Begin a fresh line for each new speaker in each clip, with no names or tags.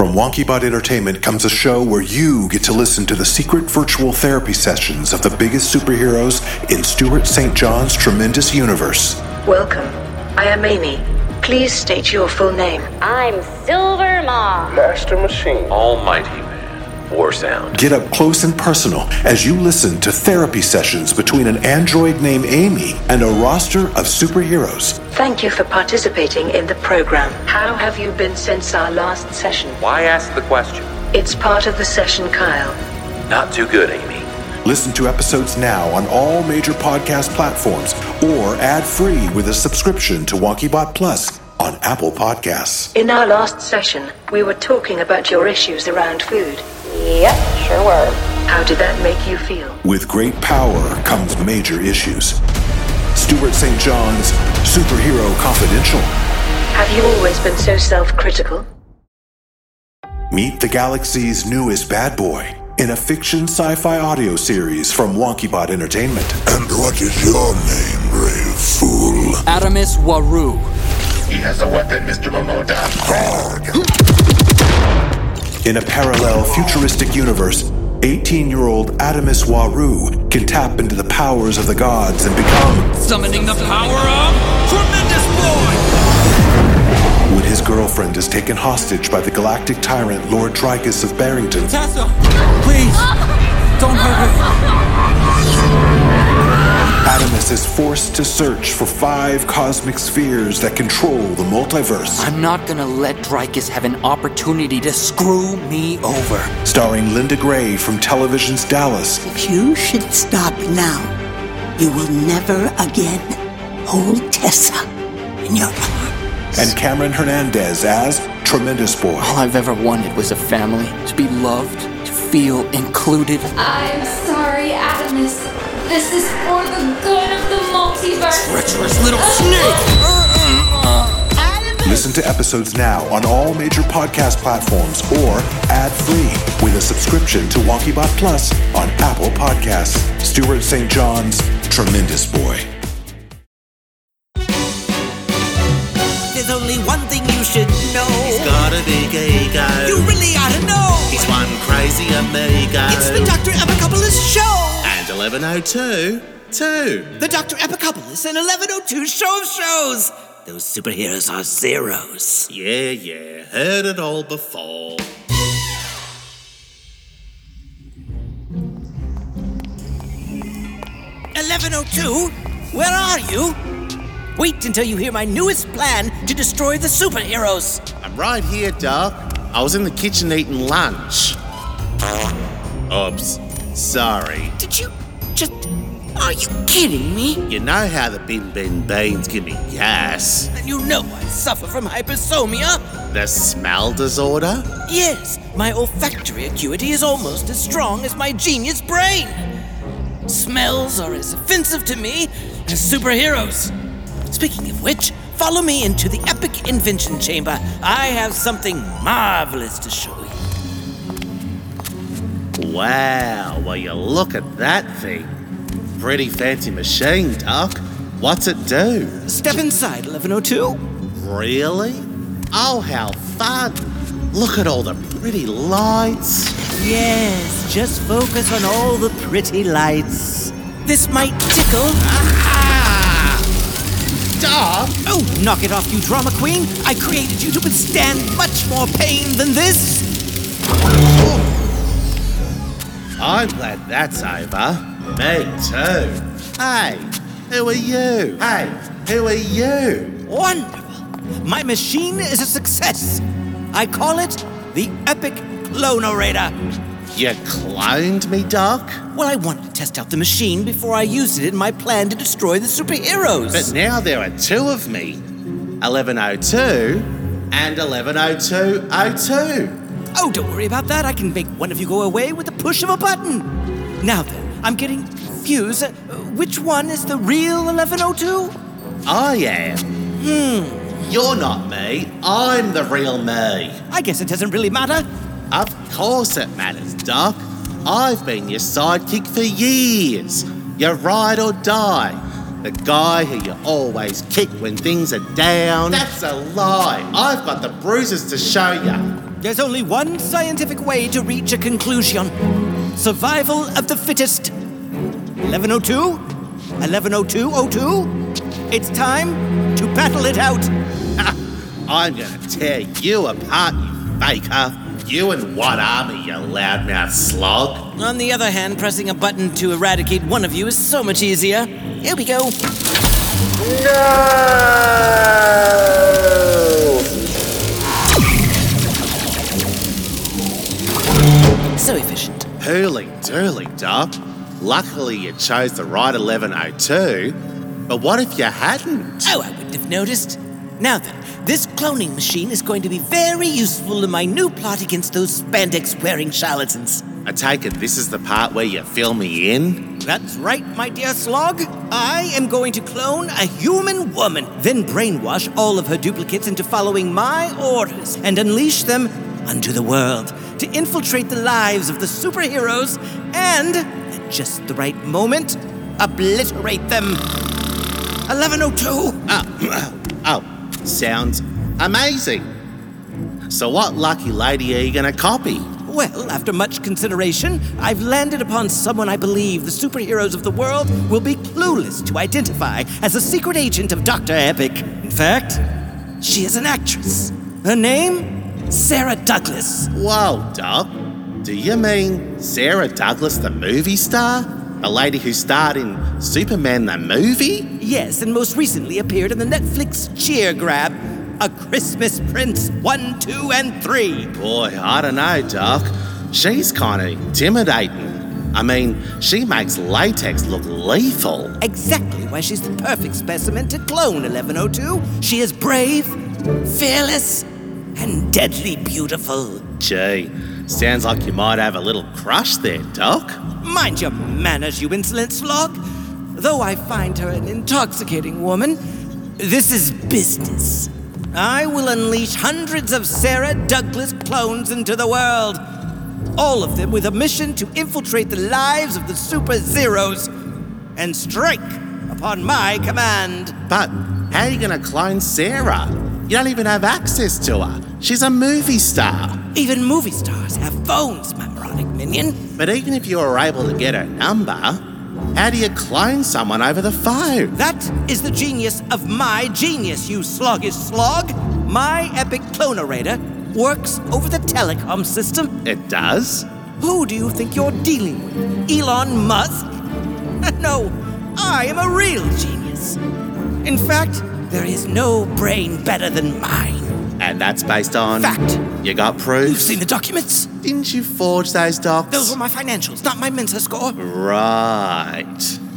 Wonky Bot Entertainment comes a show where you get to listen to the secret virtual therapy sessions of the biggest superheroes in Stuart St. John's tremendous universe.
Welcome. I am Amy. Please state your full name.
I'm Silver Ma.
Master Machine.
Almighty Man. War Sound.
Get up close and personal as you listen to therapy sessions between an android named Amy and a roster of superheroes.
Thank you for participating in the program. How have you been since our last session?
Why ask the question?
It's part of the session, Kyle.
Not too good, Amy.
Listen to episodes now on all major podcast platforms or ad free with a subscription to WonkyBot Plus on Apple Podcasts.
In our last session, we were talking about your issues around food.
Yep, sure were.
How did that make you feel?
With great power comes major issues. Stuart St. John's Superhero Confidential.
Have you always been so self critical?
Meet the galaxy's newest bad boy in a fiction sci fi audio series from WonkyBot Entertainment.
And what is your name, brave fool?
Adamus Waru.
He has a weapon, Mr. Momoda.
In a parallel futuristic universe, 18 year old Adamus Waru can tap into the powers of the gods and become,
Summoning the power of Tremendous Boy!
when his girlfriend is taken hostage by the galactic tyrant Lord Trigus of Barrington,
Tessa, please, don't hurt her.
Adamus is forced to search for five cosmic spheres that control the multiverse.
I'm not gonna let Drykus have an opportunity to screw me over.
Starring Linda Gray from television's Dallas
If you should stop now, you will never again hold Tessa in your arms.
and Cameron Hernandez as Tremendous Boy.
All I've ever wanted was a family, to be loved, to feel included.
I'm sorry, Adamus. This is for the good of the multiverse.
Treacherous little snake!
Listen to episodes now on all major podcast platforms or ad free with a subscription to WonkyBot Plus on Apple Podcasts. Stuart St. John's Tremendous Boy.
There's only one thing you should know. He's got a big ego.
You really ought to know.
He's one crazy amigo.
It's the Dr. Epicopoulos show.
And 1102, too.
The Dr. Epicopoulos and 1102 show of shows. Those superheroes are zeros.
Yeah, yeah, heard it all before.
Eleven oh two, where are you? Wait until you hear my newest plan to destroy the superheroes.
I'm right here, Doc. I was in the kitchen eating lunch. Oops, sorry.
Did you just? Are you kidding me?
You know how the bin bin beans give me gas.
And you know I suffer from hypersomia.
The smell disorder?
Yes, my olfactory acuity is almost as strong as my genius brain. Smells are as offensive to me as superheroes. Speaking of which, follow me into the Epic Invention Chamber. I have something marvelous to show you.
Wow, will you look at that thing? Pretty fancy machine, Doc. What's it do?
Step inside, 1102.
Really? Oh, how fun! Look at all the pretty lights.
Yes, just focus on all the pretty lights. This might tickle.
Doc,
Oh, knock it off, you drama queen! I created you to withstand much more pain than this!
Oh. I'm glad that's over. Me too. Hey, who are you? Hey, who are you?
Wonderful! My machine is a success! I call it the Epic Clonerator.
You cloned me, Doc?
Well, I wanted to test out the machine before I used it in my plan to destroy the superheroes.
But now there are two of me 1102 and 110202.
oh, don't worry about that. I can make one of you go away with the push of a button. Now then, I'm getting confused. Uh, which one is the real 1102?
I am. Hmm. You're not me. I'm the real me.
I guess it doesn't really matter.
Of course it matters, Doc. I've been your sidekick for years. Your ride or die. The guy who you always kick when things are down. That's a lie. I've got the bruises to show you.
There's only one scientific way to reach a conclusion survival of the fittest. 1102? 110202? It's time to battle it out.
I'm gonna tear you apart, you faker. You and what army, you loudmouth slog?
On the other hand, pressing a button to eradicate one of you is so much easier. Here we go.
Uh.
So efficient.
Hurly durly, Doc. Luckily you chose the right 1102, but what if you hadn't?
Oh, I wouldn't have noticed. Now then, this cloning machine is going to be very useful in my new plot against those spandex wearing charlatans.
I take it this is the part where you fill me in?
That's right, my dear Slog. I am going to clone a human woman, then brainwash all of her duplicates into following my orders and unleash them onto the world to infiltrate the lives of the superheroes and, at just the right moment, obliterate them. 1102!
Oh, oh, sounds amazing. So, what lucky lady are you gonna copy?
Well, after much consideration, I've landed upon someone I believe the superheroes of the world will be clueless to identify as a secret agent of Dr. Epic. In fact, she is an actress. Her name? Sarah Douglas.
Whoa, Doc. Do you mean Sarah Douglas, the movie star? A lady who starred in Superman the movie?
Yes, and most recently appeared in the Netflix cheer grab a Christmas Prince 1, 2, and 3.
Boy, I don't know, Doc. She's kind of intimidating. I mean, she makes latex look lethal.
Exactly why she's the perfect specimen to clone 1102. She is brave, fearless, and deadly beautiful.
Gee, sounds like you might have a little crush there, Doc.
Mind your manners, you insolent slog. Though I find her an intoxicating woman, this is business. I will unleash hundreds of Sarah Douglas clones into the world. All of them with a mission to infiltrate the lives of the Super Zeros and strike upon my command.
But how are you going to clone Sarah? You don't even have access to her. She's a movie star.
Even movie stars have phones, my moronic minion.
But even if you were able to get her number, how do you clone someone over the phone?
That is the genius of my genius, you sluggish slog. My epic clonerator works over the telecom system.
It does?
Who do you think you're dealing with? Elon Musk? no, I am a real genius. In fact, there is no brain better than mine.
And that's based on.
Fact.
You got proof?
You've seen the documents?
Didn't you forge those docs?
Those were my financials, not my Mensa score.
Right.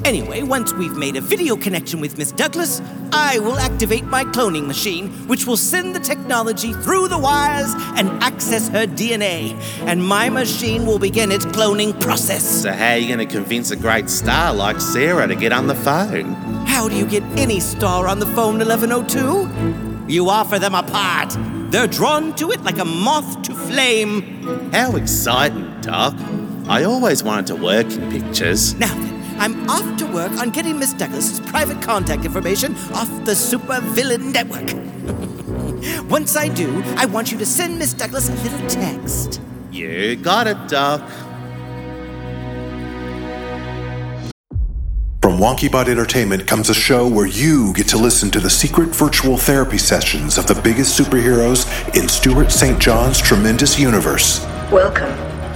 Anyway, once we've made a video connection with Miss Douglas, I will activate my cloning machine, which will send the technology through the wires and access her DNA. And my machine will begin its cloning process.
So, how are you going to convince a great star like Sarah to get on the phone?
How do you get any star on the phone, 1102? You offer them a part. They're drawn to it like a moth to flame.
How exciting, Doc. I always wanted to work in pictures.
Now then, I'm off to work on getting Miss Douglas's private contact information off the Super Villain Network. Once I do, I want you to send Miss Douglas a little text.
You got it, Doc.
From WonkyBot Entertainment comes a show where you get to listen to the secret virtual therapy sessions of the biggest superheroes in Stuart St. John's tremendous universe.
Welcome.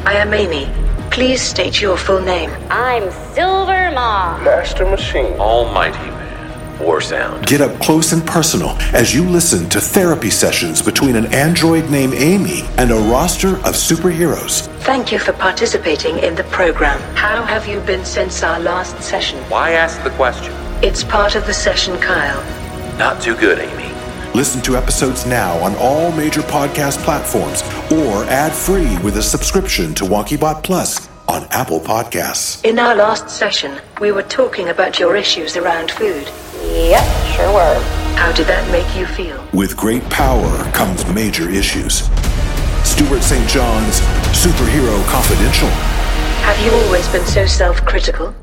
I am Amy. Please state your full name.
I'm Silver Ma.
Master Machine.
Almighty Man. War Sound.
Get up close and personal as you listen to therapy sessions between an android named Amy and a roster of superheroes.
Thank you for participating in the program. How have you been since our last session?
Why ask the question?
It's part of the session, Kyle.
Not too good, Amy.
Listen to episodes now on all major podcast platforms or ad free with a subscription to WonkyBot Plus on Apple Podcasts.
In our last session, we were talking about your issues around food.
Yep, sure were.
How did that make you feel?
With great power comes major issues. Stuart St. John's Superhero Confidential.
Have you always been so self critical?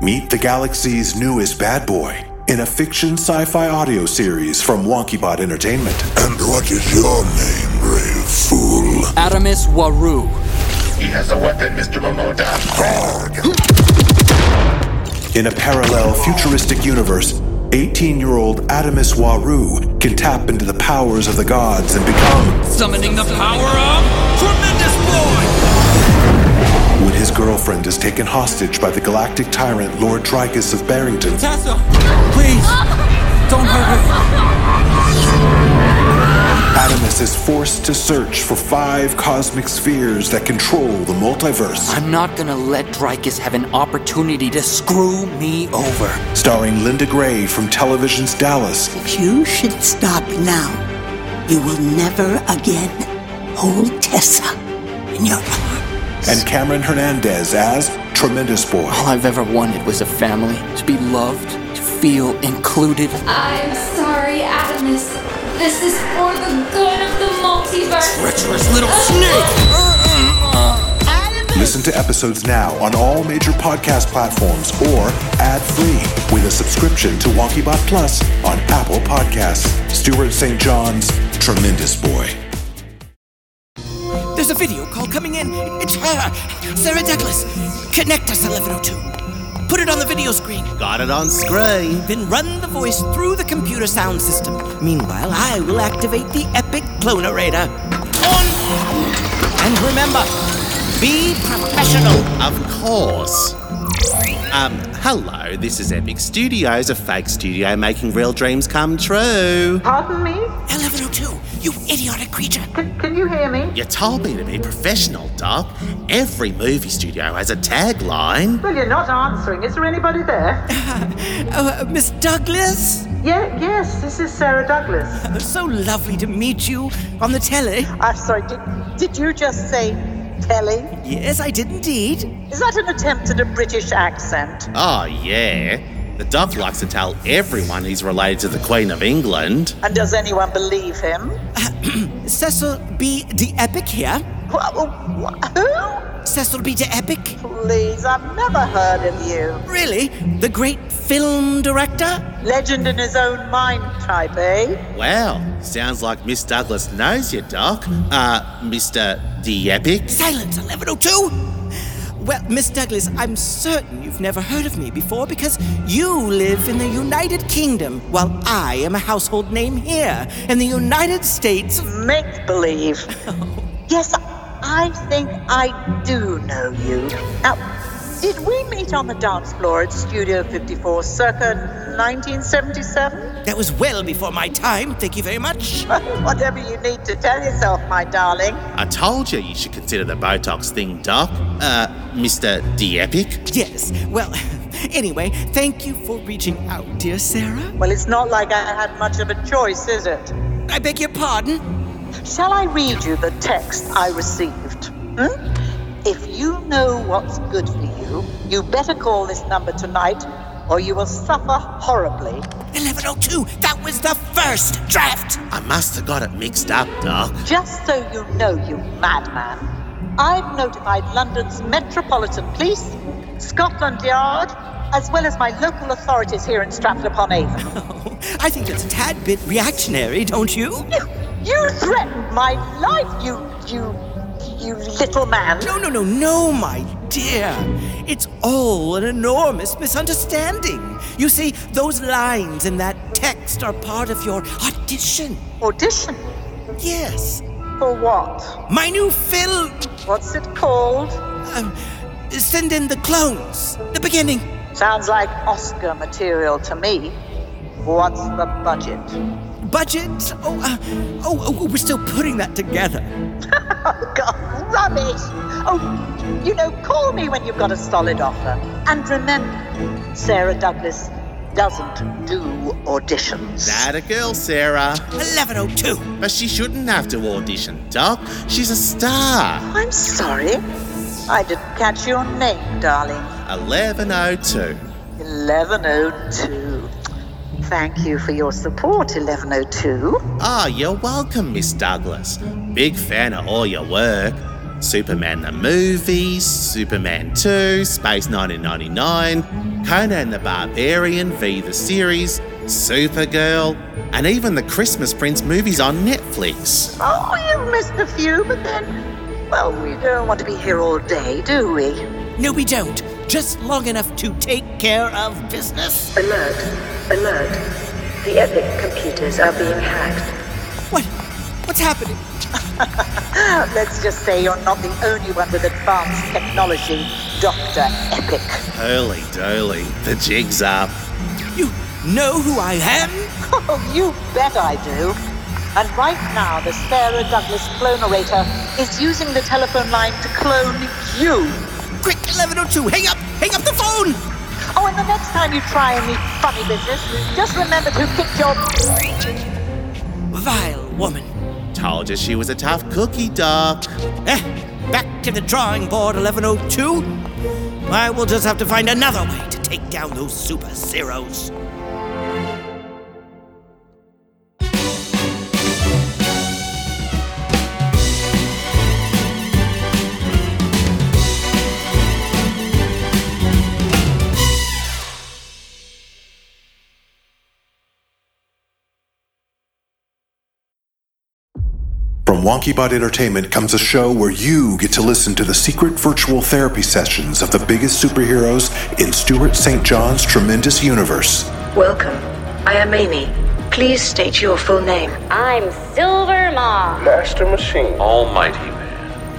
Meet the galaxy's newest bad boy in a fiction sci fi audio series from WonkyBot Entertainment.
And what is your name, Ray?
Artemis Waru.
He has a weapon, Mr. Momoda.
In a parallel futuristic universe, 18 year old Adamus Waru can tap into the powers of the gods and become,
Summoning the power of Tremendous Boy!
when his girlfriend is taken hostage by the galactic tyrant Lord Trigus of Barrington,
Tessa, please, don't hurt
Adamus is forced to search for five cosmic spheres that control the multiverse.
I'm not gonna let Dreykus have an opportunity to screw me over.
Starring Linda Gray from television's Dallas
If you should stop now, you will never again hold Tessa in your
and Cameron Hernandez as Tremendous Boy.
All I've ever wanted was a family, to be loved, to feel included.
I'm sorry, Adamus. This is for the good of the multiverse.
Treacherous little snake!
Listen to episodes now on all major podcast platforms or ad free with a subscription to WonkyBot Plus on Apple Podcasts. Stuart St. John's Tremendous Boy.
There's a video call coming in. It's her, Sarah Douglas. Connect us, 1102. Put it on the video screen.
Got it on screen.
Then run the voice through the computer sound system. Meanwhile, I will activate the epic clonerator. On! And remember, be professional.
Of course. Um, hello, this is Epic Studios, a fake studio making real dreams come true.
Pardon me?
1102, you idiotic creature.
Can, can you hear me?
You told me to be professional, Doc. Every movie studio has a tagline.
Well, you're not answering. Is there anybody there?
Oh, uh, Miss Douglas?
Yeah, yes, this is Sarah Douglas.
Uh, So lovely to meet you on the telly.
I'm sorry, did, did you just say Kelly?
Yes, I did indeed.
Is that an attempt at a British accent?
Oh, yeah. The Doc likes to tell everyone he's related to the Queen of England.
And does anyone believe him?
Cecil B. De Epic here.
Wha- wha- Who?
Cecil B. De Epic?
Please, I've never heard of you.
Really? The great film director?
Legend in his own mind type, eh?
Well, sounds like Miss Douglas knows you, Doc. Uh, Mr. The Epic?
Silence, 1102! Well, Miss Douglas, I'm certain you've never heard of me before because you live in the United Kingdom while I am a household name here in the United States.
Make believe. yes, I think I do know you. Now, did we meet on the dance floor at Studio 54 circa 1977?
That was well before my time, thank you very much.
Whatever you need to tell yourself, my darling.
I told you you should consider the Botox thing, Doc. Uh, Mr. The Epic?
Yes, well, anyway, thank you for reaching out, dear Sarah.
Well, it's not like I had much of a choice, is it?
I beg your pardon?
Shall I read you the text I received? Hmm? If you know what's good for you, you better call this number tonight, or you will suffer horribly.
1102, that was the first draft!
I must have got it mixed up, Doc.
Just so you know, you madman, I've notified London's Metropolitan Police, Scotland Yard, as well as my local authorities here in Stratford upon Avon.
Oh, I think it's a tad bit reactionary, don't you?
You, you threatened my life, you, you, you little man.
No, no, no, no, my dear. It's all an enormous misunderstanding. You see, those lines in that text are part of your audition.
Audition
Yes,
for what?
my new film.
What's it called?
Um, send in the clones. The beginning.
Sounds like Oscar material to me. What's the budget?
Budget. Oh, uh, oh, oh, we're still putting that together.
Oh, God, rubbish! Oh, you know, call me when you've got a solid offer. And remember, Sarah Douglas doesn't do auditions.
That a girl, Sarah.
1102.
But she shouldn't have to audition, Doc. She's a star.
I'm sorry. I didn't catch your name, darling.
1102.
1102. Thank you for your support, 1102.
Ah, you're welcome, Miss Douglas. Big fan of all your work. Superman the movie, Superman 2, Space 1999, Conan the Barbarian v the series, Supergirl, and even the Christmas Prince movies on Netflix.
Oh, you've missed a few, but then
Well, we don't want to be here all day, do we?
No, we don't. Just long enough to take care of business.
Alert. Alert. The Epic computers are being hacked.
What? What's happening?
Let's just say you're not the only one with advanced technology, Dr. Epic.
Hurly doly, the jig's up.
You know who I am?
Oh, you bet I do. And right now, the Sarah Douglas clonerator is using the telephone line to clone you.
Quick, 1102, hang up! Hang up the phone!
Oh, and the next time you try any funny business, just remember to kick your.
Vile woman.
Told you she was a tough cookie, Doc.
Eh, back to the drawing board, 1102. I will just have to find another way to take down those super zeros.
From WonkyBot Entertainment comes a show where you get to listen to the secret virtual therapy sessions of the biggest superheroes in Stuart St. John's tremendous universe.
Welcome. I am Amy. Please state your full name.
I'm Silver Ma.
Master Machine. Almighty Man.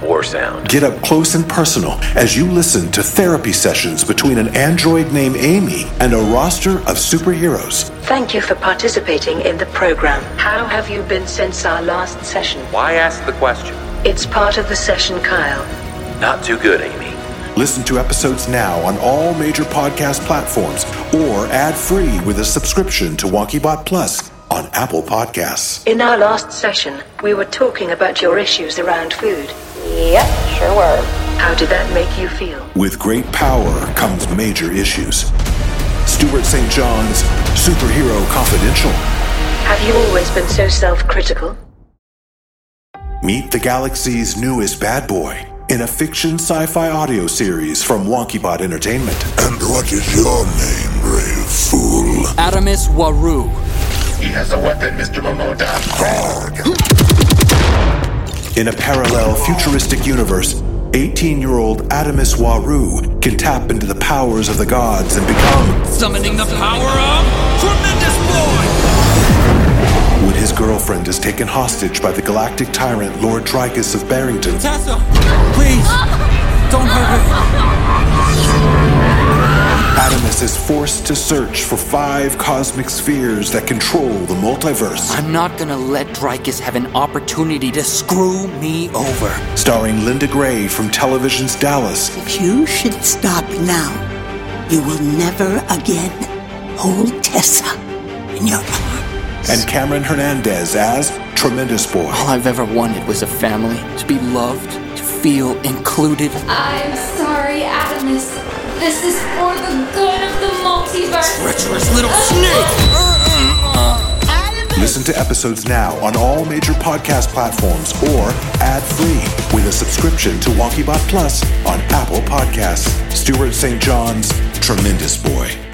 War Sound.
Get up close and personal as you listen to therapy sessions between an android named Amy and a roster of superheroes.
Thank you for participating in the program. How have you been since our last session?
Why ask the question?
It's part of the session, Kyle.
Not too good, Amy.
Listen to episodes now on all major podcast platforms or ad free with a subscription to WonkyBot Plus on Apple Podcasts.
In our last session, we were talking about your issues around food.
Yep, sure were.
How did that make you feel?
With great power comes major issues. Stuart St. John's Superhero Confidential.
Have you always been so self critical?
Meet the galaxy's newest bad boy in a fiction sci fi audio series from WonkyBot Entertainment.
And what is your name, brave fool?
Adamus Waru.
He has a weapon, Mr. Momoda.
Hard. In a parallel futuristic universe, 18 year old Adamus Waru can tap into the powers of the gods and become.
Summoning the power of Tremendous Boy!
When his girlfriend is taken hostage by the galactic tyrant Lord Trigus of Barrington.
Tessa! Please! Don't hurt her!
Adamus is forced to search for five cosmic spheres that control the multiverse.
I'm not gonna let Dreykus have an opportunity to screw me over.
Starring Linda Gray from television's Dallas.
If you should stop now, you will never again hold Tessa in your arms.
And Cameron Hernandez as Tremendous Boy.
All I've ever wanted was a family, to be loved, to feel included.
I'm sorry, Adamus. This is for the good of the multiverse.
Treacherous little snake!
Listen to episodes now on all major podcast platforms or ad-free with a subscription to WonkyBot Plus on Apple Podcasts. Stuart St. John's Tremendous Boy.